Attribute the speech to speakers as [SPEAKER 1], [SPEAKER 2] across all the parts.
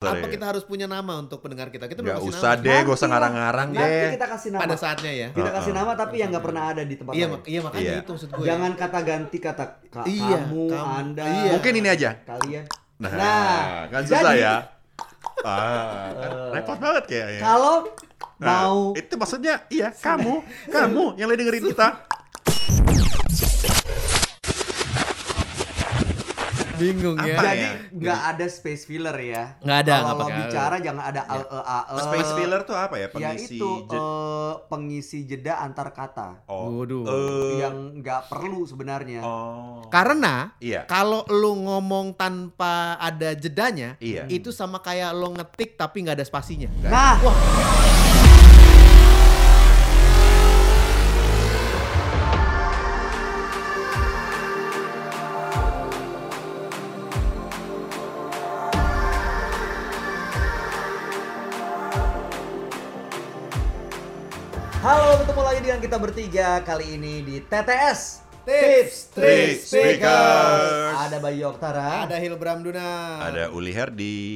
[SPEAKER 1] Apa kita harus punya nama untuk pendengar kita? Kita belum
[SPEAKER 2] Gak
[SPEAKER 1] kasih
[SPEAKER 2] usah
[SPEAKER 1] nama.
[SPEAKER 2] deh, gak usah
[SPEAKER 3] Nanti lah.
[SPEAKER 2] ngarang-ngarang
[SPEAKER 3] Nanti
[SPEAKER 2] deh.
[SPEAKER 3] kita kasih nama.
[SPEAKER 1] Pada saatnya ya.
[SPEAKER 3] Kita
[SPEAKER 2] Ah,
[SPEAKER 3] kasih
[SPEAKER 2] ah.
[SPEAKER 3] nama tapi yang nggak pernah ada di tempat
[SPEAKER 1] Iya,
[SPEAKER 3] lain.
[SPEAKER 1] mak- iya makanya
[SPEAKER 2] Iya.
[SPEAKER 1] itu maksud gue.
[SPEAKER 3] Jangan kata ganti kata ka-
[SPEAKER 1] Iya,
[SPEAKER 3] kamu,
[SPEAKER 1] kamu.
[SPEAKER 3] Anda,
[SPEAKER 1] Iya.
[SPEAKER 2] Mungkin ini aja.
[SPEAKER 3] kalian.
[SPEAKER 2] Nah,
[SPEAKER 3] Nah,
[SPEAKER 2] kan susah
[SPEAKER 3] jadi- Eh.
[SPEAKER 2] ya. Ah, kan repot banget kayaknya.
[SPEAKER 3] Kalau
[SPEAKER 2] Nah,
[SPEAKER 3] mau
[SPEAKER 2] itu maksudnya iya kamu, kamu yang lagi dengerin kita.
[SPEAKER 1] Bingung ya.
[SPEAKER 2] Apa
[SPEAKER 3] jadi
[SPEAKER 2] ya?
[SPEAKER 3] nggak ada space filler ya.
[SPEAKER 1] Nggak ada, nggak
[SPEAKER 3] Kalau lo
[SPEAKER 1] pakai AE.
[SPEAKER 3] bicara jangan ada al e a e.
[SPEAKER 2] Iya. Space filler tuh apa ya?
[SPEAKER 3] Ya
[SPEAKER 2] Pengisi
[SPEAKER 3] itu
[SPEAKER 2] je-
[SPEAKER 3] eh, pengisi jeda antar kata
[SPEAKER 2] oh.
[SPEAKER 1] Waduh.
[SPEAKER 2] eh,
[SPEAKER 3] yang nggak perlu sebenarnya.
[SPEAKER 2] oh.
[SPEAKER 1] Karena
[SPEAKER 2] Iya.
[SPEAKER 1] kalau lu ngomong tanpa ada jedanya,
[SPEAKER 2] Iya.
[SPEAKER 1] itu sama kayak lo ngetik tapi nggak ada spasinya.
[SPEAKER 3] Nah, Halo, ketemu lagi dengan kita bertiga kali ini di TTS Tips,
[SPEAKER 1] Tricks,
[SPEAKER 2] Speakers.
[SPEAKER 3] Ada Bayu Oktara
[SPEAKER 1] Ada Hilbram Duna.
[SPEAKER 2] Ada Uli Herdi.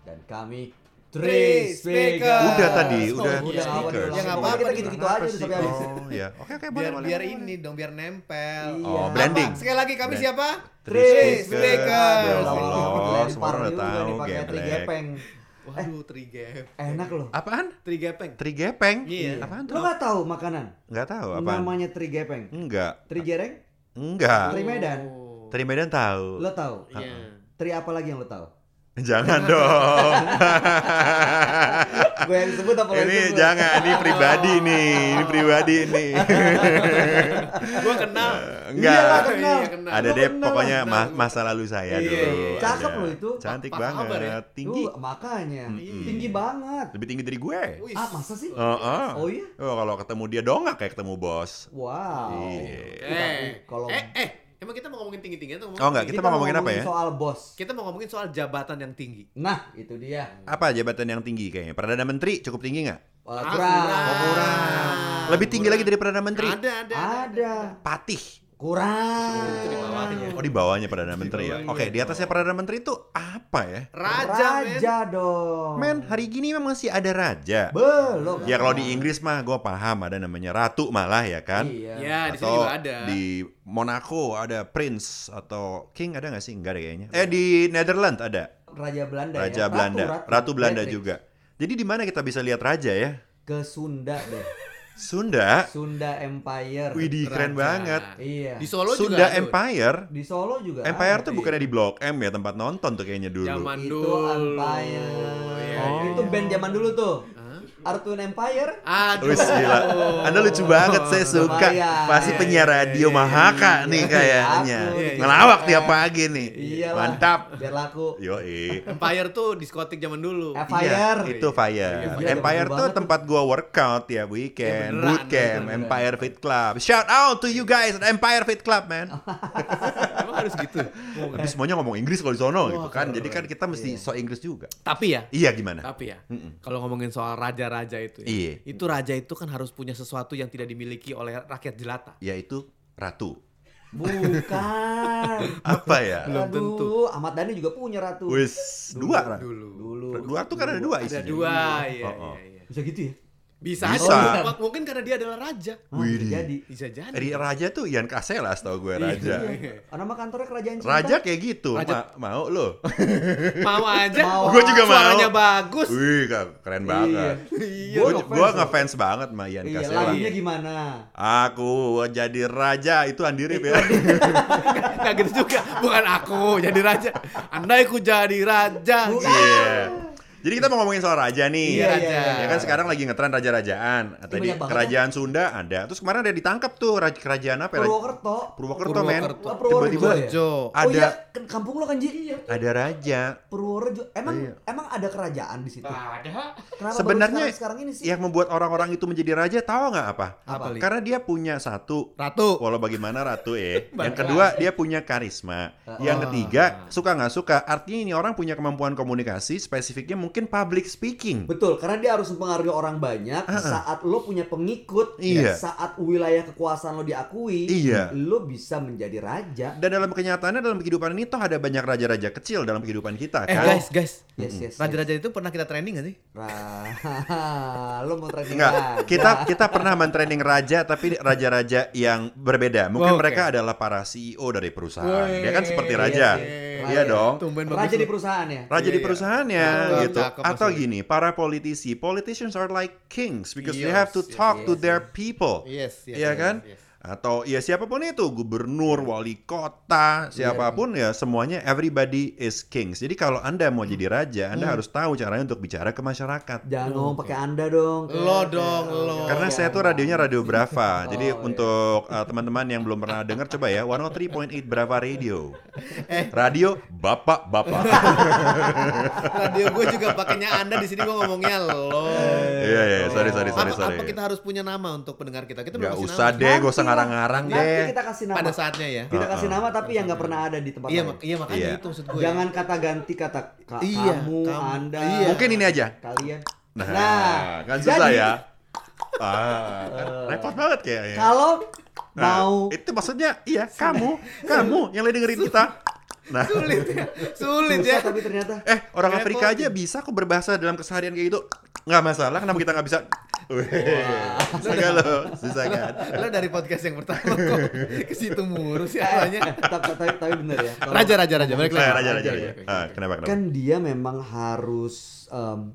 [SPEAKER 3] dan kami
[SPEAKER 1] Three
[SPEAKER 3] Tris Speakers. iya,
[SPEAKER 1] Speakers.
[SPEAKER 2] Udah tadi,
[SPEAKER 1] Oh,
[SPEAKER 2] udah
[SPEAKER 3] udah awal
[SPEAKER 2] speakers.
[SPEAKER 3] ulang.
[SPEAKER 1] Ya, nggak apa-apa,
[SPEAKER 3] Oh, Kita gitu-gitu aja udah sampai habis.
[SPEAKER 2] Oh, ya. Oke, oke, boleh,
[SPEAKER 1] Biar
[SPEAKER 2] boleh.
[SPEAKER 1] biar ini dong, biar nempel.
[SPEAKER 3] Iya.
[SPEAKER 2] Oh,
[SPEAKER 3] Apa?
[SPEAKER 2] branding.
[SPEAKER 1] Sekali lagi kami
[SPEAKER 2] Brand-
[SPEAKER 1] siapa?
[SPEAKER 3] Tris
[SPEAKER 1] Tris
[SPEAKER 3] Ya
[SPEAKER 1] Speakers.
[SPEAKER 2] Ya Allah,
[SPEAKER 3] Allah,
[SPEAKER 2] semua orang udah tahu geblek.
[SPEAKER 3] gepeng.
[SPEAKER 1] Waduh, trigepeng.
[SPEAKER 3] Enak loh.
[SPEAKER 2] Apaan?
[SPEAKER 1] Trigepeng.
[SPEAKER 2] Trigepeng?
[SPEAKER 1] Iya.
[SPEAKER 2] Apaan
[SPEAKER 3] Lo
[SPEAKER 2] tuh?
[SPEAKER 3] gak tahu makanan?
[SPEAKER 2] Enggak tahu apaan.
[SPEAKER 3] kan Namanya trigepeng.
[SPEAKER 2] Enggak.
[SPEAKER 3] Trigereng?
[SPEAKER 2] Enggak.
[SPEAKER 3] Tri Medan.
[SPEAKER 1] Oh.
[SPEAKER 2] Tri Medan tahu.
[SPEAKER 3] Lo tahu?
[SPEAKER 1] Iya.
[SPEAKER 3] Tri apa lagi yang lo tahu?
[SPEAKER 2] Jangan dong.
[SPEAKER 3] Gue yang sebut apa lo yang
[SPEAKER 2] ini
[SPEAKER 3] sebut?
[SPEAKER 2] jangan, ini pribadi nih, ini pribadi nih.
[SPEAKER 1] Iya, Gua kenal.
[SPEAKER 3] Iyalah,
[SPEAKER 2] Enggak.
[SPEAKER 3] kenal.
[SPEAKER 1] Iya, kenal.
[SPEAKER 2] Ada
[SPEAKER 3] Lo
[SPEAKER 2] deh
[SPEAKER 3] kenal,
[SPEAKER 2] pokoknya
[SPEAKER 1] kenal.
[SPEAKER 2] ma- masa lalu saya
[SPEAKER 3] Iya,
[SPEAKER 2] dulu.
[SPEAKER 1] iya, iya.
[SPEAKER 3] Cakep
[SPEAKER 2] ada.
[SPEAKER 3] loh itu.
[SPEAKER 2] Cantik
[SPEAKER 1] Apa kabar
[SPEAKER 2] banget,
[SPEAKER 1] ya?
[SPEAKER 2] tinggi. Hmm.
[SPEAKER 3] Tuh, makanya.
[SPEAKER 2] Mm-mm.
[SPEAKER 3] Tinggi banget.
[SPEAKER 2] Lebih tinggi dari gue.
[SPEAKER 1] Wih.
[SPEAKER 3] Ah, masa sih?
[SPEAKER 2] Heeh.
[SPEAKER 3] Oh iya?
[SPEAKER 2] Oh, kalau ketemu dia dongak kayak ketemu bos.
[SPEAKER 3] Wow.
[SPEAKER 2] Iya.
[SPEAKER 3] Tapi
[SPEAKER 1] Eh,
[SPEAKER 3] kalau
[SPEAKER 1] eh, eh, emang kita mau ngomongin tinggi-tinggi atau ngomongin
[SPEAKER 2] Oh enggak,
[SPEAKER 1] tinggi?
[SPEAKER 2] kita mau ngomongin apa ya?
[SPEAKER 3] Soal bos.
[SPEAKER 1] Kita mau ngomongin soal jabatan yang tinggi.
[SPEAKER 3] Nah, itu dia.
[SPEAKER 2] Apa jabatan yang tinggi kayaknya? Perdana Menteri cukup tinggi nggak?
[SPEAKER 3] Wah,
[SPEAKER 1] Ah,
[SPEAKER 3] kurang. Oh,
[SPEAKER 1] kurang.
[SPEAKER 2] Kurang.
[SPEAKER 1] Ah,
[SPEAKER 2] Lebih tinggi
[SPEAKER 1] kurang.
[SPEAKER 2] lagi dari Perdana Menteri.
[SPEAKER 1] Ada, ada.
[SPEAKER 3] Ada.
[SPEAKER 2] Patih.
[SPEAKER 3] Kurang.
[SPEAKER 1] Itu di bawahnya.
[SPEAKER 2] Oh di bawahnya Perdana Menteri ya.
[SPEAKER 1] bawahnya.
[SPEAKER 2] Oke, di atasnya Perdana Menteri itu apa ya?
[SPEAKER 1] Raja,
[SPEAKER 3] Raja dong.
[SPEAKER 2] Men, hari gini memang masih ada raja.
[SPEAKER 3] Belum.
[SPEAKER 2] Ya kalau di Inggris mah gue paham ada namanya ratu malah ya kan.
[SPEAKER 3] Iya.
[SPEAKER 1] men. Ya, di sini
[SPEAKER 2] atau
[SPEAKER 1] juga ada.
[SPEAKER 2] di Monaco ada prince atau king ada nggak sih? Enggak ada kayaknya.
[SPEAKER 1] Iya.
[SPEAKER 2] Eh di Netherlands ada
[SPEAKER 3] Raja Belanda ya.
[SPEAKER 2] raja Belanda, ratu, Belanda
[SPEAKER 3] Patrick.
[SPEAKER 2] juga. Jadi di mana kita bisa lihat raja ya?
[SPEAKER 3] Ke Sunda deh.
[SPEAKER 2] Sunda.
[SPEAKER 3] Sunda Empire.
[SPEAKER 2] Widih
[SPEAKER 1] Raja.
[SPEAKER 2] keren banget.
[SPEAKER 3] Iya.
[SPEAKER 1] Di Solo juga.
[SPEAKER 2] Sunda
[SPEAKER 1] ada. iya.
[SPEAKER 2] Empire.
[SPEAKER 3] Di Solo juga.
[SPEAKER 2] Empire
[SPEAKER 3] ada.
[SPEAKER 2] tuh bukannya di Blok M ya tempat nonton tuh kayaknya dulu.
[SPEAKER 1] Zaman
[SPEAKER 3] itu
[SPEAKER 1] dulu.
[SPEAKER 3] Empire.
[SPEAKER 1] Iya,
[SPEAKER 2] Oh.
[SPEAKER 3] Itu band zaman dulu tuh.
[SPEAKER 1] Hah? Ah,
[SPEAKER 3] Artun Empire.
[SPEAKER 1] Aduh.
[SPEAKER 2] Wis gila. Anda lucu banget, saya suka.
[SPEAKER 3] Lumayan.
[SPEAKER 2] Pasti penyiar radio
[SPEAKER 1] Iya,
[SPEAKER 2] Mahaka nih kayaknya.
[SPEAKER 3] Aku,
[SPEAKER 2] Ngelawak
[SPEAKER 3] iya.
[SPEAKER 2] tiap pagi nih.
[SPEAKER 1] iya.
[SPEAKER 3] Iyalah.
[SPEAKER 2] Mantap. Iya.
[SPEAKER 3] Biar laku.
[SPEAKER 2] Yoi.
[SPEAKER 1] Empire tuh diskotik zaman dulu.
[SPEAKER 3] F-
[SPEAKER 2] Iya,
[SPEAKER 3] Fire.
[SPEAKER 2] itu fire.
[SPEAKER 3] Iya,
[SPEAKER 2] Empire
[SPEAKER 3] bener
[SPEAKER 2] tuh
[SPEAKER 3] banget.
[SPEAKER 2] tempat gua workout tiap weekend,
[SPEAKER 1] Iya, beneran,
[SPEAKER 2] bootcamp,
[SPEAKER 1] beneran.
[SPEAKER 2] Empire Fit Club. Shout out to you guys at Empire Fit Club, man.
[SPEAKER 1] Emang harus gitu.
[SPEAKER 2] Tapi semuanya ngomong Inggris kalau di sono gitu kan. Jadi kan kita
[SPEAKER 1] Iya.
[SPEAKER 2] mesti so Inggris juga.
[SPEAKER 1] Tapi ya,
[SPEAKER 2] Iya gimana?
[SPEAKER 1] tapi ya, kalau ngomongin soal raja-raja itu, ya,
[SPEAKER 2] Iya.
[SPEAKER 1] itu raja itu kan harus punya sesuatu yang tidak dimiliki oleh rakyat jelata.
[SPEAKER 2] Yaitu ratu.
[SPEAKER 3] Bukan.
[SPEAKER 2] Apa ya?
[SPEAKER 1] Belum tentu.
[SPEAKER 3] Aduh, Ahmad Dhani juga punya ratu.
[SPEAKER 2] Wis dua. Ra.
[SPEAKER 1] Dulu.
[SPEAKER 3] Dulu.
[SPEAKER 2] Dua tuh kan ada dua
[SPEAKER 1] Ada
[SPEAKER 2] Ah, isinya.
[SPEAKER 1] dua, iya,
[SPEAKER 2] Oh, oh.
[SPEAKER 1] iya, iya.
[SPEAKER 3] Bisa gitu ya?
[SPEAKER 1] Bisa,
[SPEAKER 2] Bisa.
[SPEAKER 1] aja. M- Mungkin karena dia adalah raja.
[SPEAKER 3] Hah,
[SPEAKER 2] Widih.
[SPEAKER 3] bisa jadi.
[SPEAKER 1] Bisa jadi.
[SPEAKER 2] Ri- Raja tuh Ian Casellas tau gue Raja.
[SPEAKER 3] Iya. Oh, Nama kantornya kerajaan cinta.
[SPEAKER 2] Raja kayak gitu,
[SPEAKER 1] Raja-
[SPEAKER 2] Ma- mau lo.
[SPEAKER 1] Mau aja. Oh,
[SPEAKER 3] Mau.
[SPEAKER 2] Gua juga mau. Iya.
[SPEAKER 1] Suaranya bagus.
[SPEAKER 2] Wih, ka- keren banget.
[SPEAKER 3] Iya.
[SPEAKER 2] Gue gue
[SPEAKER 3] Gua ngefans loh.
[SPEAKER 2] ngefans banget sama Ian
[SPEAKER 3] Iya, lagunya
[SPEAKER 2] Casellas.
[SPEAKER 3] gimana?
[SPEAKER 2] Aku jadi raja itu Andirip ya.
[SPEAKER 1] Gak gitu juga. Bukan aku jadi raja. Andai ku jadi raja.
[SPEAKER 3] Bukan.
[SPEAKER 2] Iya. Jadi kita mau ngomongin soal raja
[SPEAKER 1] Iya,
[SPEAKER 2] nih.
[SPEAKER 1] raja.
[SPEAKER 2] Ya kan sekarang lagi ngetren raja-rajaan. Tadi
[SPEAKER 3] Iya, banyak banget
[SPEAKER 2] kerajaan Sunda ada. Terus kemarin ada ditangkap tuh raj- kerajaan apa ya?
[SPEAKER 3] Purwokerto.
[SPEAKER 2] Purwokerto, men.
[SPEAKER 1] Purwokerto.
[SPEAKER 3] Oh, Purwokerto
[SPEAKER 2] Tiba-tiba
[SPEAKER 3] ya?
[SPEAKER 1] Jo.
[SPEAKER 3] Oh iya,
[SPEAKER 2] ada
[SPEAKER 3] kan kampung lo kan Ji?
[SPEAKER 2] ada raja.
[SPEAKER 3] Purworejo. Emang
[SPEAKER 2] Iya.
[SPEAKER 3] emang ada kerajaan di situ?
[SPEAKER 1] Ah. Ada.
[SPEAKER 3] Kenapa
[SPEAKER 2] Sebenarnya
[SPEAKER 3] baru sekarang, sekarang ini sih?
[SPEAKER 2] yang membuat orang-orang itu menjadi raja tahu nggak apa?
[SPEAKER 1] Apa, Li?
[SPEAKER 2] Karena dia punya satu
[SPEAKER 1] Ratu.
[SPEAKER 2] walau bagaimana ratu ya. yang kedua dia punya karisma. Yang ketiga suka nggak suka artinya ini orang punya kemampuan komunikasi spesifiknya mungkin public speaking.
[SPEAKER 3] Betul, karena dia harus mempengaruhi orang banyak saat lo punya
[SPEAKER 2] Ah,
[SPEAKER 3] pengikut,
[SPEAKER 2] Iya.
[SPEAKER 3] saat wilayah kekuasaan lo diakui,
[SPEAKER 2] Iya.
[SPEAKER 3] lo bisa menjadi raja.
[SPEAKER 2] Dan dalam kenyataannya dalam kehidupan ini toh ada banyak raja-raja kecil dalam kehidupan kita
[SPEAKER 1] Eh
[SPEAKER 2] kan.
[SPEAKER 1] guys, guys.
[SPEAKER 3] Yes, yes.
[SPEAKER 1] Raja-raja itu pernah kita training gak sih?
[SPEAKER 3] Ra- Lu mau training
[SPEAKER 1] Iya.
[SPEAKER 2] Enggak,
[SPEAKER 3] raja.
[SPEAKER 2] kita kita pernah mentraining raja tapi raja-raja yang berbeda. Mungkin
[SPEAKER 1] Oke.
[SPEAKER 2] mereka adalah para CEO dari perusahaan.
[SPEAKER 1] Wih,
[SPEAKER 2] Dia kan seperti raja.
[SPEAKER 1] iya.
[SPEAKER 2] Iya dong.
[SPEAKER 1] Tumben
[SPEAKER 3] Raja
[SPEAKER 1] bagus
[SPEAKER 3] di
[SPEAKER 1] lu.
[SPEAKER 3] perusahaan ya.
[SPEAKER 2] Raja
[SPEAKER 1] Iya,
[SPEAKER 2] di
[SPEAKER 1] iya.
[SPEAKER 2] perusahaannya
[SPEAKER 1] Cakep,
[SPEAKER 2] gitu.
[SPEAKER 1] cakep,
[SPEAKER 2] Atau
[SPEAKER 1] maksudnya.
[SPEAKER 2] gini, para politisi, politicians are like kings because they
[SPEAKER 1] Yes,
[SPEAKER 2] have to
[SPEAKER 1] yes,
[SPEAKER 2] talk to
[SPEAKER 3] yes,
[SPEAKER 2] their people.
[SPEAKER 1] Yes, yes,
[SPEAKER 2] Iya
[SPEAKER 1] yes,
[SPEAKER 2] kan?
[SPEAKER 1] yes.
[SPEAKER 2] Atau ya siapapun itu, gubernur, wali kota, siapapun ya semuanya everybody is kings. Jadi kalau Anda mau jadi raja, Anda harus tahu caranya untuk bicara ke masyarakat.
[SPEAKER 3] Jangan ngomong pakai Anda dong. Kak.
[SPEAKER 1] Lo dong, lo.
[SPEAKER 2] Karena
[SPEAKER 3] Oke,
[SPEAKER 2] saya tuh radionya Radio Brava. Jadi
[SPEAKER 3] Oh, iya.
[SPEAKER 2] untuk uh, teman-teman yang belum pernah dengar coba ya 103.8 Brava Radio. Radio bapak-bapak.
[SPEAKER 1] Radio gue juga pakainya Anda di sini gue ngomongnya lo.
[SPEAKER 2] Iya iya, sorry sorry sorry
[SPEAKER 1] apa,
[SPEAKER 2] sorry.
[SPEAKER 1] apa kita harus punya nama untuk pendengar kita? Kita belum
[SPEAKER 2] Gak
[SPEAKER 1] kasih
[SPEAKER 2] usah
[SPEAKER 1] nama.
[SPEAKER 2] deh, gak usah
[SPEAKER 3] Nanti lah,
[SPEAKER 2] ngarang-ngarang
[SPEAKER 3] Nanti
[SPEAKER 2] deh.
[SPEAKER 3] kita kasih nama.
[SPEAKER 1] Pada saatnya ya.
[SPEAKER 3] Kita kasih
[SPEAKER 2] Uh-uh.
[SPEAKER 3] nama tapi yang nggak pernah ada di tempat
[SPEAKER 1] Iya,
[SPEAKER 3] lain.
[SPEAKER 1] mak- iya makanya
[SPEAKER 2] Iya.
[SPEAKER 1] itu maksud gue.
[SPEAKER 3] Jangan kata ganti kata ka-
[SPEAKER 1] Iya,
[SPEAKER 3] kamu,
[SPEAKER 1] kamu.
[SPEAKER 3] Anda.
[SPEAKER 1] Iya.
[SPEAKER 2] Mungkin ini aja.
[SPEAKER 3] kalian.
[SPEAKER 2] Nah, kan
[SPEAKER 3] jadi,
[SPEAKER 2] susah ya. Ah, kan repot banget kayaknya.
[SPEAKER 3] Kalau
[SPEAKER 2] Nah,
[SPEAKER 3] mau
[SPEAKER 2] itu maksudnya iya kamu, kamu yang lagi dengerin kita. Nah,
[SPEAKER 1] sulit ya. Sulit
[SPEAKER 3] susah
[SPEAKER 1] ya.
[SPEAKER 3] tapi ternyata
[SPEAKER 2] eh orang
[SPEAKER 1] Repot.
[SPEAKER 2] Afrika aja bisa kok berbahasa dalam keseharian kayak gitu. Nggak masalah, kenapa kita nggak bisa? Weh, Susah kan lo? Susah kan?
[SPEAKER 1] Lo dari podcast yang pertama kok ke situ murus ya
[SPEAKER 3] eh,
[SPEAKER 1] tanya.
[SPEAKER 3] tapi, tapi, tapi bener ya. kalau-
[SPEAKER 1] Raja raja raja balik lagi.
[SPEAKER 2] Saya raja raja raja.
[SPEAKER 1] Oke, oke,
[SPEAKER 2] Ah,
[SPEAKER 1] oke.
[SPEAKER 2] kenapa kenapa?
[SPEAKER 3] kan dia memang harus em,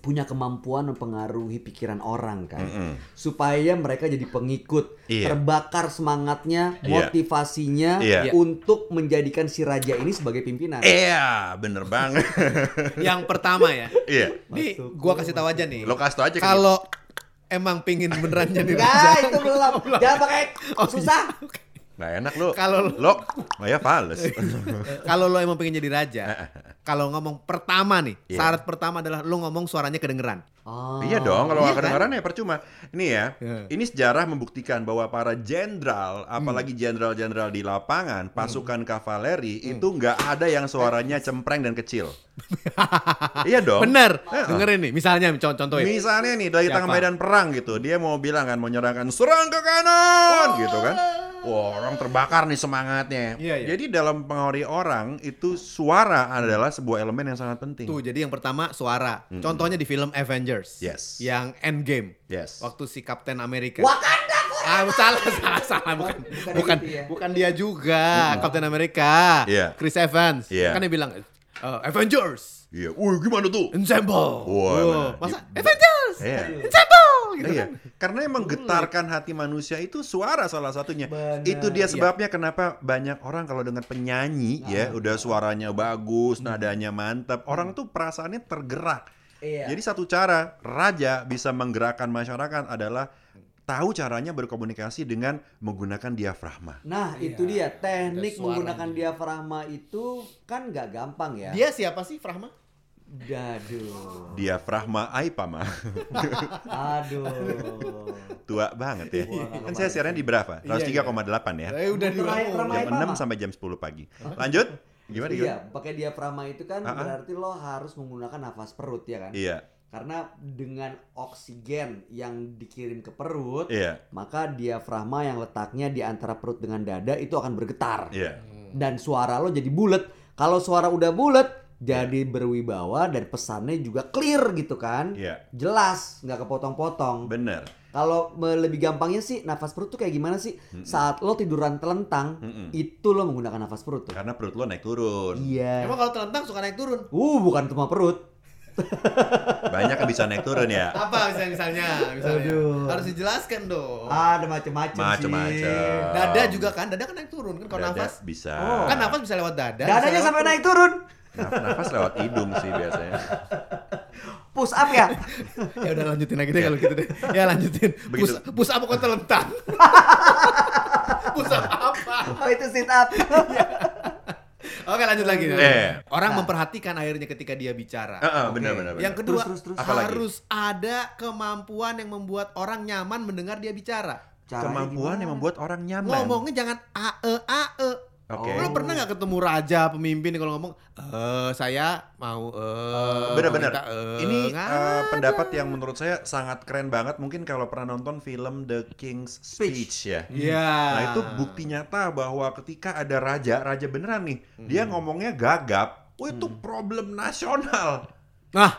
[SPEAKER 3] punya kemampuan mempengaruhi pikiran orang kan
[SPEAKER 2] Mm-mm.
[SPEAKER 3] supaya mereka jadi pengikut
[SPEAKER 2] Iya.
[SPEAKER 3] terbakar semangatnya
[SPEAKER 2] Iya.
[SPEAKER 3] motivasinya
[SPEAKER 2] Iya.
[SPEAKER 3] untuk menjadikan si raja ini sebagai pimpinan
[SPEAKER 2] Iya, bener banget.
[SPEAKER 1] Yang pertama ya.
[SPEAKER 2] Iya.
[SPEAKER 1] Nih,
[SPEAKER 3] Masuk.
[SPEAKER 1] gua kasih tahu aja nih.
[SPEAKER 2] Lo kasih tau aja gitu. ke
[SPEAKER 1] Kalau emang pingin beneran jadi
[SPEAKER 3] Enggak,
[SPEAKER 1] raja.
[SPEAKER 3] Nah, itu belum jangan pakai
[SPEAKER 1] Oh,
[SPEAKER 2] iya.
[SPEAKER 3] susah
[SPEAKER 2] gitu. Nggak enak lo.
[SPEAKER 1] Kalau lo-
[SPEAKER 2] lo, oh ya fals.
[SPEAKER 1] Kalau lo emang pengen jadi raja, kalau ngomong pertama nih,
[SPEAKER 2] Iya.
[SPEAKER 1] syarat pertama adalah lo ngomong suaranya kedengeran.
[SPEAKER 3] Oh.
[SPEAKER 2] Iya dong, kalau
[SPEAKER 1] Iya
[SPEAKER 2] nggak kedengeran ya percuma. Ini ya,
[SPEAKER 1] Iya.
[SPEAKER 2] ini sejarah membuktikan bahwa para jenderal, apalagi
[SPEAKER 1] Hmm.
[SPEAKER 2] jenderal-jenderal di lapangan, pasukan kavaleri itu nggak ada yang suaranya cempreng dan kecil. iya dong.
[SPEAKER 1] Bener,
[SPEAKER 2] Iya.
[SPEAKER 1] dengerin nih. Misalnya contoh ya. contohin.
[SPEAKER 2] Misalnya nih dari
[SPEAKER 1] Siapa?
[SPEAKER 2] tengah medan perang gitu, dia mau bilang kan mau nyerangkan serang ke kanan gitu kan. Wah, orang terbakar nih semangatnya.
[SPEAKER 1] Iya, iya.
[SPEAKER 2] Jadi dalam pengaruhi orang itu suara adalah sebuah elemen yang sangat penting.
[SPEAKER 1] Tuh, jadi yang pertama suara. Contohnya di film Avengers.
[SPEAKER 2] Yes.
[SPEAKER 1] Yang Endgame.
[SPEAKER 2] Yes.
[SPEAKER 1] Waktu si Kapten Amerika.
[SPEAKER 3] Wakanda
[SPEAKER 1] Ah, salah, salah, salah. Bukan,
[SPEAKER 3] bukan
[SPEAKER 1] bukan,
[SPEAKER 3] itu ya.
[SPEAKER 1] bukan dia juga. Kapten Amerika.
[SPEAKER 2] Iya.
[SPEAKER 1] Chris Evans.
[SPEAKER 2] Iya.
[SPEAKER 1] Kan dia bilang, "Eh, Avengers.
[SPEAKER 2] Iya. Wih, gimana tuh?
[SPEAKER 1] Ensemble.
[SPEAKER 2] Wah, benar.
[SPEAKER 1] masa
[SPEAKER 2] Di-
[SPEAKER 1] Avengers.
[SPEAKER 2] Iya.
[SPEAKER 1] Ensemble. Gitu
[SPEAKER 2] Iya,
[SPEAKER 1] kan.
[SPEAKER 2] karena emang getarkan hati manusia itu suara salah satunya.
[SPEAKER 3] Benar.
[SPEAKER 2] Itu dia
[SPEAKER 1] Iya.
[SPEAKER 2] sebabnya kenapa banyak orang kalau dengar penyanyi ya udah suaranya bagus, nadanya mantap, orang tuh perasaannya tergerak.
[SPEAKER 3] Iya.
[SPEAKER 2] Jadi satu cara raja bisa menggerakkan masyarakat adalah tahu caranya berkomunikasi dengan menggunakan diafragma.
[SPEAKER 3] Nah, itu dia teknik
[SPEAKER 1] Iya, ada suaranya.
[SPEAKER 3] menggunakan diafragma itu kan nggak gampang ya.
[SPEAKER 1] Dia siapa sih, Frahma?
[SPEAKER 3] Aduh,
[SPEAKER 2] Diafragma Aipama.
[SPEAKER 3] aduh.
[SPEAKER 2] Tua banget ya.
[SPEAKER 3] Tua banget.
[SPEAKER 2] Kan saya siaran di berapa?
[SPEAKER 1] Iya,
[SPEAKER 2] 103,8 ya.
[SPEAKER 1] Eh, udah di
[SPEAKER 3] Terakhir, Frahma.
[SPEAKER 2] Jam
[SPEAKER 3] Aipama.
[SPEAKER 2] 6 sampai jam 10 pagi. Lanjut? Gimana gimana?
[SPEAKER 3] Iya, pakai diafragma itu kan
[SPEAKER 2] Ah, ah.
[SPEAKER 3] berarti lo harus menggunakan nafas perut ya kan?
[SPEAKER 2] Iya.
[SPEAKER 3] Karena dengan oksigen yang dikirim ke perut,
[SPEAKER 2] Iya.
[SPEAKER 3] maka diafragma yang letaknya di antara perut dengan dada itu akan bergetar.
[SPEAKER 2] Iya.
[SPEAKER 3] Dan suara lo jadi bulat. Kalau suara udah bulat,
[SPEAKER 2] Iya.
[SPEAKER 3] jadi berwibawa dan pesannya juga clear gitu kan?
[SPEAKER 2] Iya.
[SPEAKER 3] Jelas, nggak kepotong-potong.
[SPEAKER 2] Bener.
[SPEAKER 3] Kalau me- lebih gampangnya sih nafas perut tuh kayak gimana sih? Saat lo tiduran telentang,
[SPEAKER 2] Mm-mm. Ya.
[SPEAKER 3] itu lo menggunakan nafas perut tuh.
[SPEAKER 2] Karena perut lo naik turun.
[SPEAKER 3] Iya.
[SPEAKER 1] Emang kalau telentang suka naik turun?
[SPEAKER 3] Uh, bukan cuma perut.
[SPEAKER 2] Banyak yang bisa naik turun ya.
[SPEAKER 1] Apa misalnya misalnya? misalnya.
[SPEAKER 3] Aduh. Ah.
[SPEAKER 1] Harus dijelaskan dong.
[SPEAKER 3] Ada macam-macam sih.
[SPEAKER 2] Oh. Macem-macem.
[SPEAKER 1] Dada juga kan, dada kan naik turun kan kalau
[SPEAKER 2] Dada
[SPEAKER 1] nafas.
[SPEAKER 2] bisa.
[SPEAKER 3] Oh.
[SPEAKER 1] Kan nafas bisa lewat dada. bisa
[SPEAKER 3] Dadanya
[SPEAKER 1] lewat-
[SPEAKER 3] sampai naik turun.
[SPEAKER 2] Naf- nafas lewat hidung sih biasanya.
[SPEAKER 3] Push up ya.
[SPEAKER 1] Ya udah lanjutin lagi deh kalau gitu deh. Ya lanjutin.
[SPEAKER 2] Iya. Begitu.
[SPEAKER 1] Push, push up kok telentang. push up apa?
[SPEAKER 3] Oh, itu sit up.
[SPEAKER 1] Oke lanjut lagi.
[SPEAKER 2] Eh.
[SPEAKER 1] Orang
[SPEAKER 3] Nah.
[SPEAKER 1] memperhatikan akhirnya ketika dia bicara.
[SPEAKER 2] Heeh,
[SPEAKER 3] Oke.
[SPEAKER 2] benar benar. benar.
[SPEAKER 1] Yang kedua
[SPEAKER 3] Terus, terus, terus.
[SPEAKER 2] Apa lagi?
[SPEAKER 1] harus ada kemampuan yang membuat orang nyaman mendengar dia bicara.
[SPEAKER 3] Caranya
[SPEAKER 2] kemampuan
[SPEAKER 3] gimana?
[SPEAKER 2] yang membuat orang nyaman.
[SPEAKER 1] Ngomongnya jangan ae ae.
[SPEAKER 2] Oke.
[SPEAKER 1] Lo pernah nggak ketemu raja pemimpin yang kalau ngomong eh saya mau eh
[SPEAKER 2] Benar-benar.
[SPEAKER 1] minta, eh,
[SPEAKER 2] Ini
[SPEAKER 1] nggak
[SPEAKER 2] eh,
[SPEAKER 1] ada.
[SPEAKER 2] pendapat yang menurut saya sangat keren banget. Mungkin kalau pernah nonton film The King's Speech, ya.
[SPEAKER 1] Iya.
[SPEAKER 2] Nah itu bukti nyata bahwa ketika ada
[SPEAKER 1] Hmm.
[SPEAKER 2] raja, raja beneran nih, dia ngomongnya gagap. Oh itu problem nasional.
[SPEAKER 1] Nah,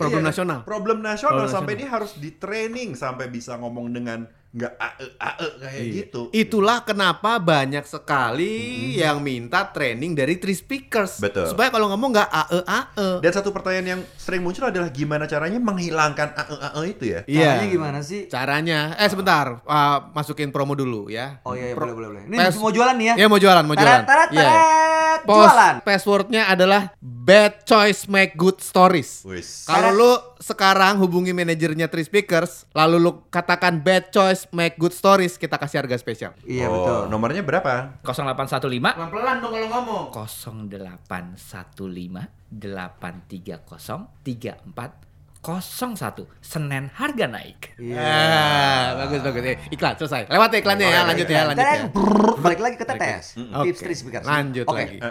[SPEAKER 1] problem
[SPEAKER 2] Iya,
[SPEAKER 1] nasional.
[SPEAKER 2] Problem nasional
[SPEAKER 1] Problem
[SPEAKER 2] sampai dia harus di training sampai bisa ngomong dengan nggak ae ae kayak
[SPEAKER 1] Iya.
[SPEAKER 2] gitu.
[SPEAKER 1] Itulah kenapa banyak sekali yang minta training dari three speakers.
[SPEAKER 2] Mhm. Betul.
[SPEAKER 1] Supaya kalau ngomong nggak ae ae.
[SPEAKER 2] Dan satu pertanyaan yang sering muncul adalah gimana caranya menghilangkan ae ae itu ya?
[SPEAKER 3] Caranya gimana
[SPEAKER 1] Iya.
[SPEAKER 3] sih?
[SPEAKER 1] Caranya, eh sebentar, ah, masukin promo dulu ya.
[SPEAKER 3] Oh iya, iya
[SPEAKER 1] Pro-
[SPEAKER 3] boleh boleh boleh. Ini
[SPEAKER 1] Pes-
[SPEAKER 3] mau jualan nih ya?
[SPEAKER 1] Iya mau jualan, mau jualan.
[SPEAKER 3] Teret, teret,
[SPEAKER 1] Iya.
[SPEAKER 3] teret,
[SPEAKER 1] Pos-
[SPEAKER 3] jualan.
[SPEAKER 1] Passwordnya adalah bad choice make good stories.
[SPEAKER 2] Wis.
[SPEAKER 1] Kalau lu sekarang hubungi manajernya Three Speakers, lalu lu katakan bad choice make good stories, kita kasih harga spesial.
[SPEAKER 3] Iya
[SPEAKER 2] Oh,
[SPEAKER 3] betul.
[SPEAKER 2] Nomornya berapa?
[SPEAKER 4] 0815
[SPEAKER 1] Pelan-pelan dong kalau ngomong.
[SPEAKER 4] 0815 830 34 01 Senin harga naik.
[SPEAKER 3] Iya.
[SPEAKER 1] Ah, bagus bagus. Eh, iklan selesai. Lewat ya iklannya ya, lanjut ya, lanjut ya.
[SPEAKER 3] Teret, brrrr, balik lagi ke TTS.
[SPEAKER 1] Oke.
[SPEAKER 3] Tips three speakers.
[SPEAKER 1] Lanjut
[SPEAKER 3] Oke.
[SPEAKER 1] lagi.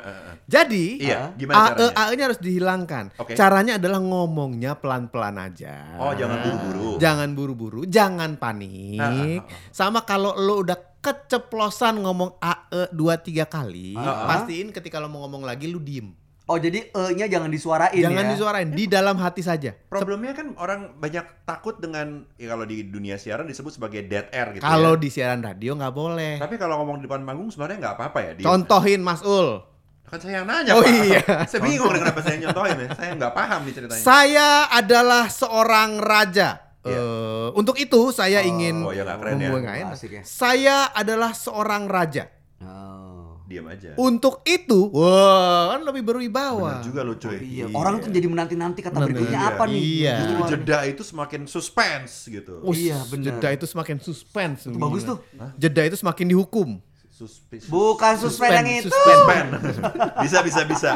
[SPEAKER 1] Jadi, AE,
[SPEAKER 2] Iya, gimana caranya?
[SPEAKER 1] AE-nya harus dihilangkan.
[SPEAKER 2] Oke.
[SPEAKER 1] Caranya adalah ngomongnya pelan-pelan aja.
[SPEAKER 2] Oh, jangan buru-buru.
[SPEAKER 1] Jangan buru-buru, jangan panik.
[SPEAKER 2] Ah, ah,
[SPEAKER 1] Sama kalau lo udah keceplosan ngomong AE dua tiga kali,
[SPEAKER 2] Ah, ah.
[SPEAKER 1] pastiin ketika lo mau ngomong lagi lu diem.
[SPEAKER 3] Oh jadi E-nya jangan disuarain
[SPEAKER 2] Iya.
[SPEAKER 1] jangan
[SPEAKER 3] ya?
[SPEAKER 1] disuarain, di dalam hati saja.
[SPEAKER 2] Problemnya kan orang banyak takut dengan ya kalau di dunia siaran disebut sebagai dead air gitu.
[SPEAKER 1] Kalau di
[SPEAKER 2] ya.
[SPEAKER 1] siaran radio nggak boleh.
[SPEAKER 2] Tapi kalau ngomong di depan panggung sebenarnya nggak apa-apa ya. Di,
[SPEAKER 1] Contohin Mas Ul.
[SPEAKER 2] kan saya yang nanya
[SPEAKER 1] Oh,
[SPEAKER 2] Pak.
[SPEAKER 1] iya.
[SPEAKER 2] saya bingung kenapa saya nyontohin ya. Saya nggak paham nih ceritanya.
[SPEAKER 1] Saya adalah seorang raja.
[SPEAKER 2] Iya.
[SPEAKER 1] Eh, untuk itu saya ingin
[SPEAKER 2] oh, ya nggak keren ya.
[SPEAKER 1] membuat nggak enak.
[SPEAKER 3] Asik ya.
[SPEAKER 1] Saya adalah seorang raja.
[SPEAKER 3] Oh.
[SPEAKER 2] Diam aja.
[SPEAKER 1] Untuk itu, wah, kan lebih berwibawa.
[SPEAKER 2] Bener juga lo cuy.
[SPEAKER 3] Iya, orang tuh jadi menanti-nanti kata
[SPEAKER 1] Menanti-
[SPEAKER 3] berikutnya
[SPEAKER 2] iya.
[SPEAKER 3] apa nih?
[SPEAKER 1] Iya.
[SPEAKER 3] Di luar.
[SPEAKER 2] jeda itu semakin suspense gitu.
[SPEAKER 1] Us,
[SPEAKER 3] Iya, bener.
[SPEAKER 1] Jeda itu semakin suspense.
[SPEAKER 3] Itu bagus tuh.
[SPEAKER 1] Jeda itu semakin dihukum.
[SPEAKER 2] Suspicious.
[SPEAKER 3] Bukan suspend yang itu.
[SPEAKER 2] Suspen. bisa bisa bisa.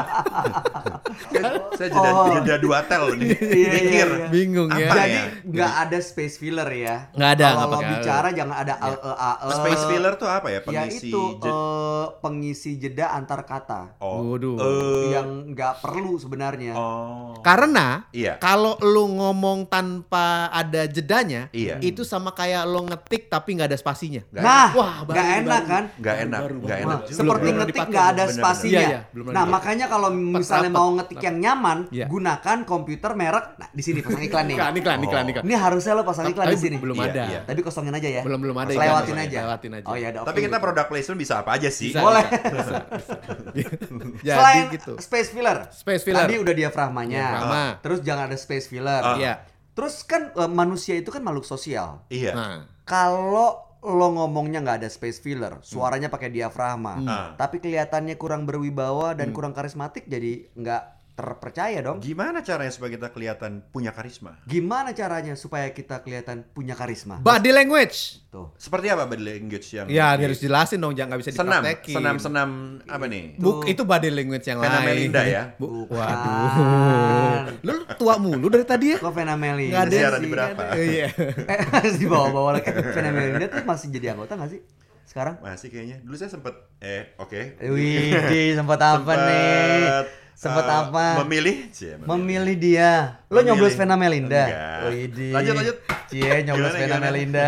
[SPEAKER 2] saya, saya jeda,
[SPEAKER 3] Oh.
[SPEAKER 2] jeda dua tel nih.
[SPEAKER 3] Iya, iya,
[SPEAKER 2] Mikir.
[SPEAKER 3] iya.
[SPEAKER 1] Bingung
[SPEAKER 2] Apa
[SPEAKER 1] ya.
[SPEAKER 2] ya?
[SPEAKER 3] Jadi nggak ada space filler ya.
[SPEAKER 1] Nggak ada, nggak
[SPEAKER 3] Kalau
[SPEAKER 1] pakai
[SPEAKER 3] bicara jangan ada AE AE.
[SPEAKER 2] Ya. Space filler tuh apa ya?
[SPEAKER 3] e. Eh, ya
[SPEAKER 2] Pengisi
[SPEAKER 3] itu
[SPEAKER 2] je-
[SPEAKER 3] eh, pengisi jeda antar kata
[SPEAKER 2] Oh.
[SPEAKER 1] Waduh.
[SPEAKER 2] Eh,
[SPEAKER 3] yang nggak perlu sebenarnya.
[SPEAKER 2] oh.
[SPEAKER 1] Karena
[SPEAKER 2] Iya.
[SPEAKER 1] kalau lu ngomong tanpa ada jedanya,
[SPEAKER 2] Iya.
[SPEAKER 1] itu sama kayak lo ngetik tapi nggak ada spasinya.
[SPEAKER 2] Nggak
[SPEAKER 3] nah,
[SPEAKER 1] enak. Wah, baru
[SPEAKER 3] nggak
[SPEAKER 1] nih,
[SPEAKER 3] enak
[SPEAKER 1] baru.
[SPEAKER 3] kan?
[SPEAKER 2] Nggak enak,
[SPEAKER 1] Baru,
[SPEAKER 2] nggak
[SPEAKER 1] baru.
[SPEAKER 2] enak.
[SPEAKER 3] Nah,
[SPEAKER 1] juga.
[SPEAKER 3] seperti
[SPEAKER 1] Belum
[SPEAKER 3] ngetik
[SPEAKER 1] dipakai.
[SPEAKER 3] nggak ada
[SPEAKER 2] Bener-bener.
[SPEAKER 3] spasinya.
[SPEAKER 1] Iya, iya, belum ada
[SPEAKER 3] nah,
[SPEAKER 1] dipakai.
[SPEAKER 3] makanya kalau misalnya
[SPEAKER 1] Rapet,
[SPEAKER 3] mau ngetik yang nyaman,
[SPEAKER 1] Iya.
[SPEAKER 3] gunakan komputer merek. Nah, di sini pasang iklan nih.
[SPEAKER 1] Iklan,
[SPEAKER 2] Oh.
[SPEAKER 1] iklan, iklan, iklan.
[SPEAKER 3] Ini harusnya lo pasang iklan
[SPEAKER 1] Tapi
[SPEAKER 3] di sini.
[SPEAKER 1] Belum
[SPEAKER 2] Iya,
[SPEAKER 1] ada.
[SPEAKER 2] iya.
[SPEAKER 3] Tapi kosongin aja ya.
[SPEAKER 1] Belum belum ada.
[SPEAKER 2] Lewatin
[SPEAKER 1] iklan.
[SPEAKER 3] Lewatin aja.
[SPEAKER 1] Lewatin aja.
[SPEAKER 3] Oh iya, ada.
[SPEAKER 2] Tapi
[SPEAKER 3] option
[SPEAKER 2] kita
[SPEAKER 3] gitu.
[SPEAKER 2] product placement bisa apa aja sih?
[SPEAKER 1] Bisa,
[SPEAKER 3] Boleh.
[SPEAKER 1] bisa, bisa, bisa. Jadi
[SPEAKER 3] Selain
[SPEAKER 1] gitu.
[SPEAKER 3] space filler.
[SPEAKER 1] Space filler.
[SPEAKER 3] Tadi udah diafragmanya.
[SPEAKER 1] Diafragma.
[SPEAKER 3] Terus jangan ada space filler.
[SPEAKER 2] Ah.
[SPEAKER 1] Iya.
[SPEAKER 3] Terus kan eh, manusia itu kan makhluk sosial.
[SPEAKER 2] Iya.
[SPEAKER 1] Nah,
[SPEAKER 3] Kalau lo ngomongnya nggak ada
[SPEAKER 1] Hmm.
[SPEAKER 3] space filler, suaranya pakai diafragma,
[SPEAKER 2] Ah.
[SPEAKER 3] tapi kelihatannya kurang berwibawa dan
[SPEAKER 1] Hmm.
[SPEAKER 3] kurang karismatik, jadi nggak terpercaya dong.
[SPEAKER 2] Gimana caranya supaya kita kelihatan punya karisma?
[SPEAKER 3] Gimana caranya supaya kita kelihatan punya karisma?
[SPEAKER 1] body language.
[SPEAKER 3] Tuh.
[SPEAKER 2] Seperti apa body language yang
[SPEAKER 1] Ya harus jelasin dong, jangan nggak bisa
[SPEAKER 2] senam,
[SPEAKER 1] dipraktekin.
[SPEAKER 2] senam, senam apa nih?
[SPEAKER 1] Buk, itu body language yang
[SPEAKER 2] Vena
[SPEAKER 1] lain.
[SPEAKER 2] Melinda ya?
[SPEAKER 1] Bu-
[SPEAKER 3] Bukan.
[SPEAKER 1] waduh. Lu tua mulu dari tadi ya?
[SPEAKER 3] Kan. Lo fenomeli.
[SPEAKER 1] Nggak
[SPEAKER 2] Siaran
[SPEAKER 1] sih,
[SPEAKER 2] di berapa?
[SPEAKER 1] nggak ada. Iya.
[SPEAKER 3] Eh, di bawah-bawah lagi. Fenomena tuh masih jadi anggota nggak sih sekarang?
[SPEAKER 2] Masih kayaknya. Dulu saya sempet eh oke.
[SPEAKER 3] Widih, sempat apa nih?
[SPEAKER 2] eh,
[SPEAKER 3] Sempat apa?
[SPEAKER 2] Memilih, Cie,
[SPEAKER 3] Memilih dia. Lo
[SPEAKER 2] Memilih.
[SPEAKER 3] nyoblos Vena Melinda.
[SPEAKER 2] Enggak.
[SPEAKER 3] Widih.
[SPEAKER 2] Lanjut, lanjut.
[SPEAKER 3] Cie, nyoblos
[SPEAKER 2] Gimana,
[SPEAKER 3] Vena
[SPEAKER 2] gimana?
[SPEAKER 3] Melinda.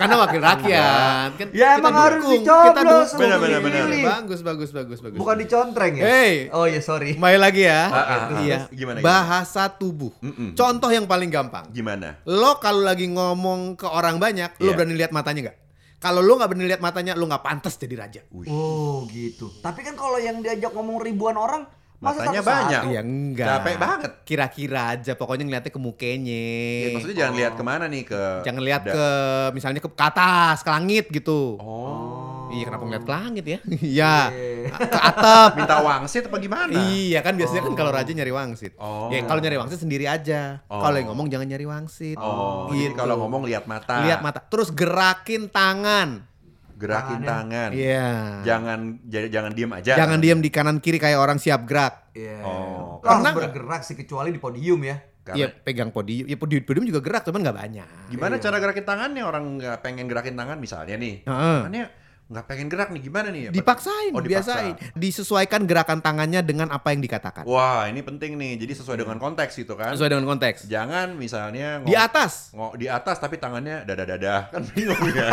[SPEAKER 1] Karena wakil rakyat. Kan
[SPEAKER 3] Ya, emang harus
[SPEAKER 1] Kita
[SPEAKER 3] dicoblos,
[SPEAKER 1] dukung.
[SPEAKER 2] Benar, benar, benar.
[SPEAKER 1] Bagus, bagus, bagus, bagus.
[SPEAKER 3] Bukan dicontreng ya?
[SPEAKER 1] Hey.
[SPEAKER 3] Oh iya, sorry.
[SPEAKER 1] Kembali lagi ya.
[SPEAKER 2] ah,
[SPEAKER 1] Iya.
[SPEAKER 2] terus gimana, gimana?
[SPEAKER 1] Bahasa tubuh.
[SPEAKER 2] Mm-mm.
[SPEAKER 1] Contoh yang paling gampang.
[SPEAKER 2] Gimana?
[SPEAKER 1] Lo kalau lagi ngomong ke orang banyak, lo
[SPEAKER 2] Iya.
[SPEAKER 1] berani lihat matanya nggak? Kalau lo nggak berani lihat matanya, lo nggak pantas jadi raja.
[SPEAKER 3] Oh, gitu. Tapi kan kalau yang diajak ngomong ribuan orang, masa
[SPEAKER 2] Matanya
[SPEAKER 3] satu-satu?
[SPEAKER 2] banyak.
[SPEAKER 1] Iya enggak.
[SPEAKER 2] Capek banget.
[SPEAKER 1] Kira-kira aja, pokoknya ngeliatnya ke mukanya.
[SPEAKER 2] Ya, maksudnya jangan lihat kemana nih ke
[SPEAKER 1] Jangan lihat
[SPEAKER 2] Da-
[SPEAKER 1] ke misalnya ke, ke atas, ke langit gitu.
[SPEAKER 2] Oh.
[SPEAKER 1] Iya kenapa ngeliat ke langit ya? Iya.
[SPEAKER 3] Iya.
[SPEAKER 1] ke atap.
[SPEAKER 2] Minta wangsit apa gimana?
[SPEAKER 1] Iya kan biasanya kan kalau raja nyari wangsit.
[SPEAKER 2] Oh.
[SPEAKER 1] Ya kalau nyari wangsit sendiri aja.
[SPEAKER 2] Oh.
[SPEAKER 1] Kalau yang ngomong jangan nyari wangsit.
[SPEAKER 2] Oh, jadi
[SPEAKER 1] Gitu.
[SPEAKER 2] kalau ngomong lihat mata.
[SPEAKER 1] lihat mata, terus gerakin tangan.
[SPEAKER 2] Gerakin
[SPEAKER 3] Tangannya.
[SPEAKER 2] tangan.
[SPEAKER 1] Iya.
[SPEAKER 2] Jangan j- jangan diem aja.
[SPEAKER 1] Jangan diem di kanan kiri kayak orang siap gerak.
[SPEAKER 3] Iya.
[SPEAKER 2] Oh,
[SPEAKER 3] Lo harus
[SPEAKER 1] karena-
[SPEAKER 3] bergerak sih, kecuali di podium ya.
[SPEAKER 1] Iya
[SPEAKER 2] Karena-
[SPEAKER 1] pegang podium. Ya podium, podium juga gerak cuman nggak banyak.
[SPEAKER 2] Gimana
[SPEAKER 3] Iya.
[SPEAKER 2] cara gerakin tangannya orang nggak pengen gerakin tangan misalnya nih.
[SPEAKER 1] Heeh.
[SPEAKER 2] Tangannya nggak pengen gerak nih gimana nih? Apa-
[SPEAKER 1] Dipaksain,
[SPEAKER 2] Oh, dipaksa.
[SPEAKER 1] biasain. Disesuaikan gerakan tangannya dengan apa yang dikatakan.
[SPEAKER 2] Wah, ini penting nih. Jadi sesuai
[SPEAKER 1] Iya.
[SPEAKER 2] dengan konteks gitu kan.
[SPEAKER 1] Sesuai dengan konteks.
[SPEAKER 2] Jangan misalnya
[SPEAKER 1] Di atas.
[SPEAKER 2] ngo- di atas tapi tangannya dada-dada kan bingung ya.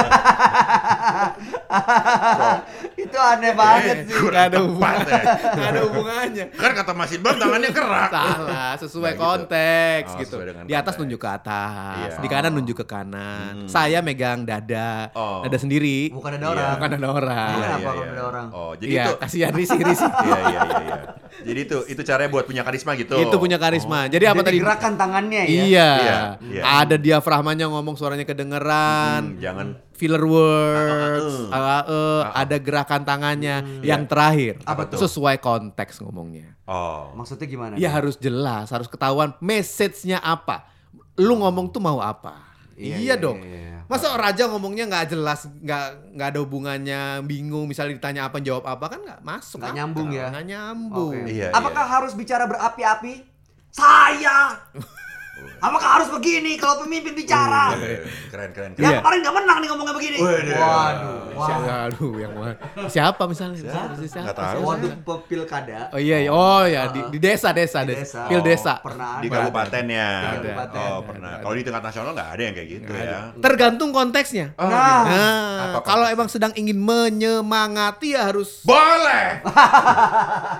[SPEAKER 3] itu Itu aneh banget
[SPEAKER 1] Eh,
[SPEAKER 3] sih.
[SPEAKER 2] kurang
[SPEAKER 1] nggak ada
[SPEAKER 2] tepat,
[SPEAKER 1] hubungannya.
[SPEAKER 2] eh.
[SPEAKER 1] Nggak ada hubungannya.
[SPEAKER 2] Kan kata Mas Iqbal tangannya kerak.
[SPEAKER 1] Salah, sesuai
[SPEAKER 2] Nah, gitu.
[SPEAKER 1] konteks
[SPEAKER 2] Oh,
[SPEAKER 1] gitu.
[SPEAKER 2] sesuai dengan
[SPEAKER 1] Di atas
[SPEAKER 2] konteks.
[SPEAKER 1] nunjuk ke atas,
[SPEAKER 2] Iya. Hmm.
[SPEAKER 1] di kanan nunjuk ke kanan. Saya megang dada,
[SPEAKER 2] Oh.
[SPEAKER 1] dada sendiri.
[SPEAKER 3] Bukan ada
[SPEAKER 2] Iya.
[SPEAKER 3] orang.
[SPEAKER 1] Bukan dada orang.
[SPEAKER 3] Iya. Kenapa kalau ada orang?
[SPEAKER 2] Oh, jadi
[SPEAKER 1] Iya,
[SPEAKER 2] itu
[SPEAKER 1] kasihan risih risih.
[SPEAKER 2] Iya, iya, iya, iya. Jadi itu itu caranya buat punya karisma gitu.
[SPEAKER 1] Itu punya karisma. Jadi Iya, apa
[SPEAKER 3] Jadi
[SPEAKER 1] tadi?
[SPEAKER 3] gerakan tangannya ya.
[SPEAKER 1] Iya.
[SPEAKER 2] Iya, iya.
[SPEAKER 1] Ada diafragmanya ngomong suaranya kedengeran.
[SPEAKER 2] Hmm, jangan
[SPEAKER 1] Filler words,
[SPEAKER 2] Ah, Hmm, iya.
[SPEAKER 1] ah, ah, eh, ada gerakan tangannya. Yang terakhir,
[SPEAKER 2] Apa tuh?
[SPEAKER 1] sesuai konteks ngomongnya.
[SPEAKER 2] Oh.
[SPEAKER 3] Maksudnya gimana?
[SPEAKER 1] Ya harus jelas, harus ketahuan message-nya apa. Lu ngomong tuh mau apa? iya,
[SPEAKER 3] Iya, iya,
[SPEAKER 1] dong.
[SPEAKER 3] iya, iya.
[SPEAKER 1] Masa raja ngomongnya nggak jelas, nggak nggak ada hubungannya, bingung. Misalnya ditanya apa jawab apa kan nggak masuk.
[SPEAKER 3] Nggak
[SPEAKER 1] akal,
[SPEAKER 3] nyambung ya?
[SPEAKER 1] Nggak nyambung.
[SPEAKER 3] Oke.
[SPEAKER 2] Iya,
[SPEAKER 3] Apakah harus bicara berapi-api? Saya. Apakah harus begini kalau pemimpin bicara?
[SPEAKER 2] Keren, keren, keren.
[SPEAKER 3] Yang
[SPEAKER 1] Iya.
[SPEAKER 3] kemarin gak menang nih ngomongnya begini.
[SPEAKER 2] Iya. Waduh.
[SPEAKER 3] Waduh. Wah.
[SPEAKER 1] Siapa, aduh, yang mana? Siapa misalnya? Siapa?
[SPEAKER 2] Nggak
[SPEAKER 1] Siapa?
[SPEAKER 2] tahu.
[SPEAKER 1] Siapa?
[SPEAKER 3] Waduh pe- pilkada.
[SPEAKER 1] Oh iya, iya. oh ya di, di desa desa
[SPEAKER 3] Di
[SPEAKER 1] desa,
[SPEAKER 3] desa. Oh,
[SPEAKER 1] pil desa.
[SPEAKER 3] Pernah
[SPEAKER 2] Di
[SPEAKER 3] ada.
[SPEAKER 2] kabupaten ya.
[SPEAKER 1] Ada.
[SPEAKER 2] Oh,
[SPEAKER 3] Kabupaten.
[SPEAKER 2] pernah. Kalau di tingkat nasional nggak ada yang kayak gitu ya.
[SPEAKER 1] Tergantung konteksnya.
[SPEAKER 2] Oh,
[SPEAKER 3] Nah.
[SPEAKER 2] gitu.
[SPEAKER 1] Nah,
[SPEAKER 2] Apa
[SPEAKER 1] kalau
[SPEAKER 2] konteksnya?
[SPEAKER 1] emang sedang ingin menyemangati ya harus.
[SPEAKER 2] boleh.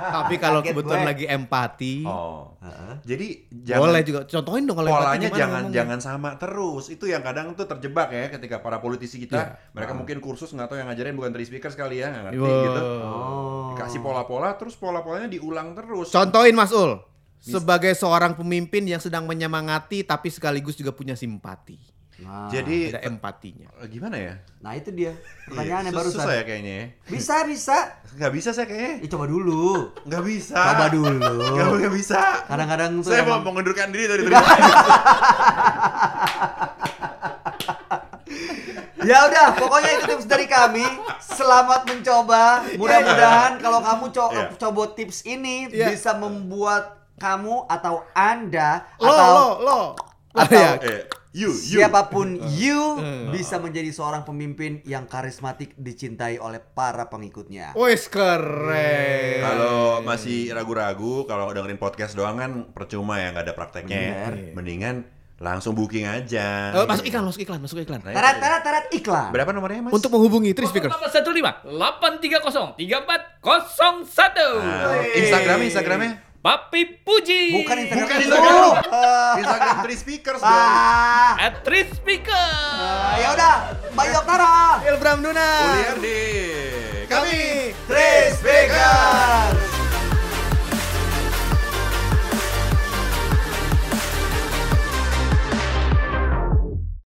[SPEAKER 1] Tapi kalau
[SPEAKER 3] Kaget
[SPEAKER 1] kebetulan
[SPEAKER 3] Ah, gue.
[SPEAKER 1] lagi empati,
[SPEAKER 2] Oh.
[SPEAKER 3] Heeh.
[SPEAKER 2] Jadi jangan
[SPEAKER 1] boleh juga. Contohin dong kalau empati
[SPEAKER 2] polanya
[SPEAKER 1] gimana
[SPEAKER 2] jangan
[SPEAKER 1] ngomongnya.
[SPEAKER 2] jangan sama terus itu yang kadang tuh terjebak ya ketika para politisi
[SPEAKER 1] Iya.
[SPEAKER 2] kita mereka
[SPEAKER 1] Ah.
[SPEAKER 2] mungkin kursus nggak tahu yang ngajarin bukan three speaker sekali ya nggak ngerti
[SPEAKER 1] Wow.
[SPEAKER 2] gitu
[SPEAKER 3] Oh.
[SPEAKER 2] kasih pola-pola terus pola-polanya diulang terus
[SPEAKER 1] Contohin Mas Ul. Sebagai seorang pemimpin yang sedang menyemangati tapi sekaligus juga punya simpati.
[SPEAKER 3] Nah,
[SPEAKER 2] jadi
[SPEAKER 1] Ada empatinya.
[SPEAKER 2] eh, gimana ya
[SPEAKER 3] nah itu dia. Pertanyaan yang
[SPEAKER 2] Sus- susah
[SPEAKER 3] barusan.
[SPEAKER 2] ya kayaknya ya.
[SPEAKER 3] Bisa, bisa.
[SPEAKER 2] nggak bisa saya kayaknya
[SPEAKER 3] Ya, coba dulu.
[SPEAKER 2] nggak bisa
[SPEAKER 3] Coba
[SPEAKER 2] nggak
[SPEAKER 3] dulu.
[SPEAKER 2] nggak bisa
[SPEAKER 3] Kadang-kadang tuh
[SPEAKER 2] saya mau
[SPEAKER 3] emang-
[SPEAKER 2] mengundurkan diri dari terima
[SPEAKER 3] Ya udah, pokoknya itu tips dari kami. Selamat mencoba. Mudah-mudahan kalau kamu co-
[SPEAKER 2] Iya.
[SPEAKER 3] coba tips ini
[SPEAKER 1] Iya.
[SPEAKER 3] bisa membuat kamu atau Anda
[SPEAKER 1] Lo
[SPEAKER 3] atau
[SPEAKER 1] lo lo.
[SPEAKER 3] atau-
[SPEAKER 1] Ah, ya.
[SPEAKER 2] eh, you you Iya.
[SPEAKER 3] siapapun you
[SPEAKER 1] Eh.
[SPEAKER 3] bisa menjadi seorang pemimpin yang karismatik dicintai oleh para pengikutnya.
[SPEAKER 1] Wes keren.
[SPEAKER 2] Iya. Kalau masih ragu-ragu, kalau dengerin podcast doang kan percuma ya nggak ada prakteknya. ya.
[SPEAKER 3] Bener.
[SPEAKER 2] Mendingan langsung booking aja.
[SPEAKER 1] Eh, Iya. masuk iklan, masuk iklan, masuk iklan.
[SPEAKER 3] Teret teret teret iklan.
[SPEAKER 2] Berapa nomornya mas?
[SPEAKER 1] Untuk menghubungi Tri Speakers.
[SPEAKER 4] Nomor 15 830 3401.
[SPEAKER 2] Nah, Instagramnya, Instagramnya,
[SPEAKER 4] Papi Puji.
[SPEAKER 3] Bukan Instagram.
[SPEAKER 2] Bukan
[SPEAKER 3] itu.
[SPEAKER 2] Instagram.
[SPEAKER 3] Eh,
[SPEAKER 2] Instagram Three Speakers dong.
[SPEAKER 3] ah.
[SPEAKER 4] At Tri Speaker.
[SPEAKER 3] Eh, ya udah, bye Yoktara.
[SPEAKER 1] Ilbram Duna.
[SPEAKER 2] Kuliah di
[SPEAKER 1] Kami.
[SPEAKER 3] Three speaker.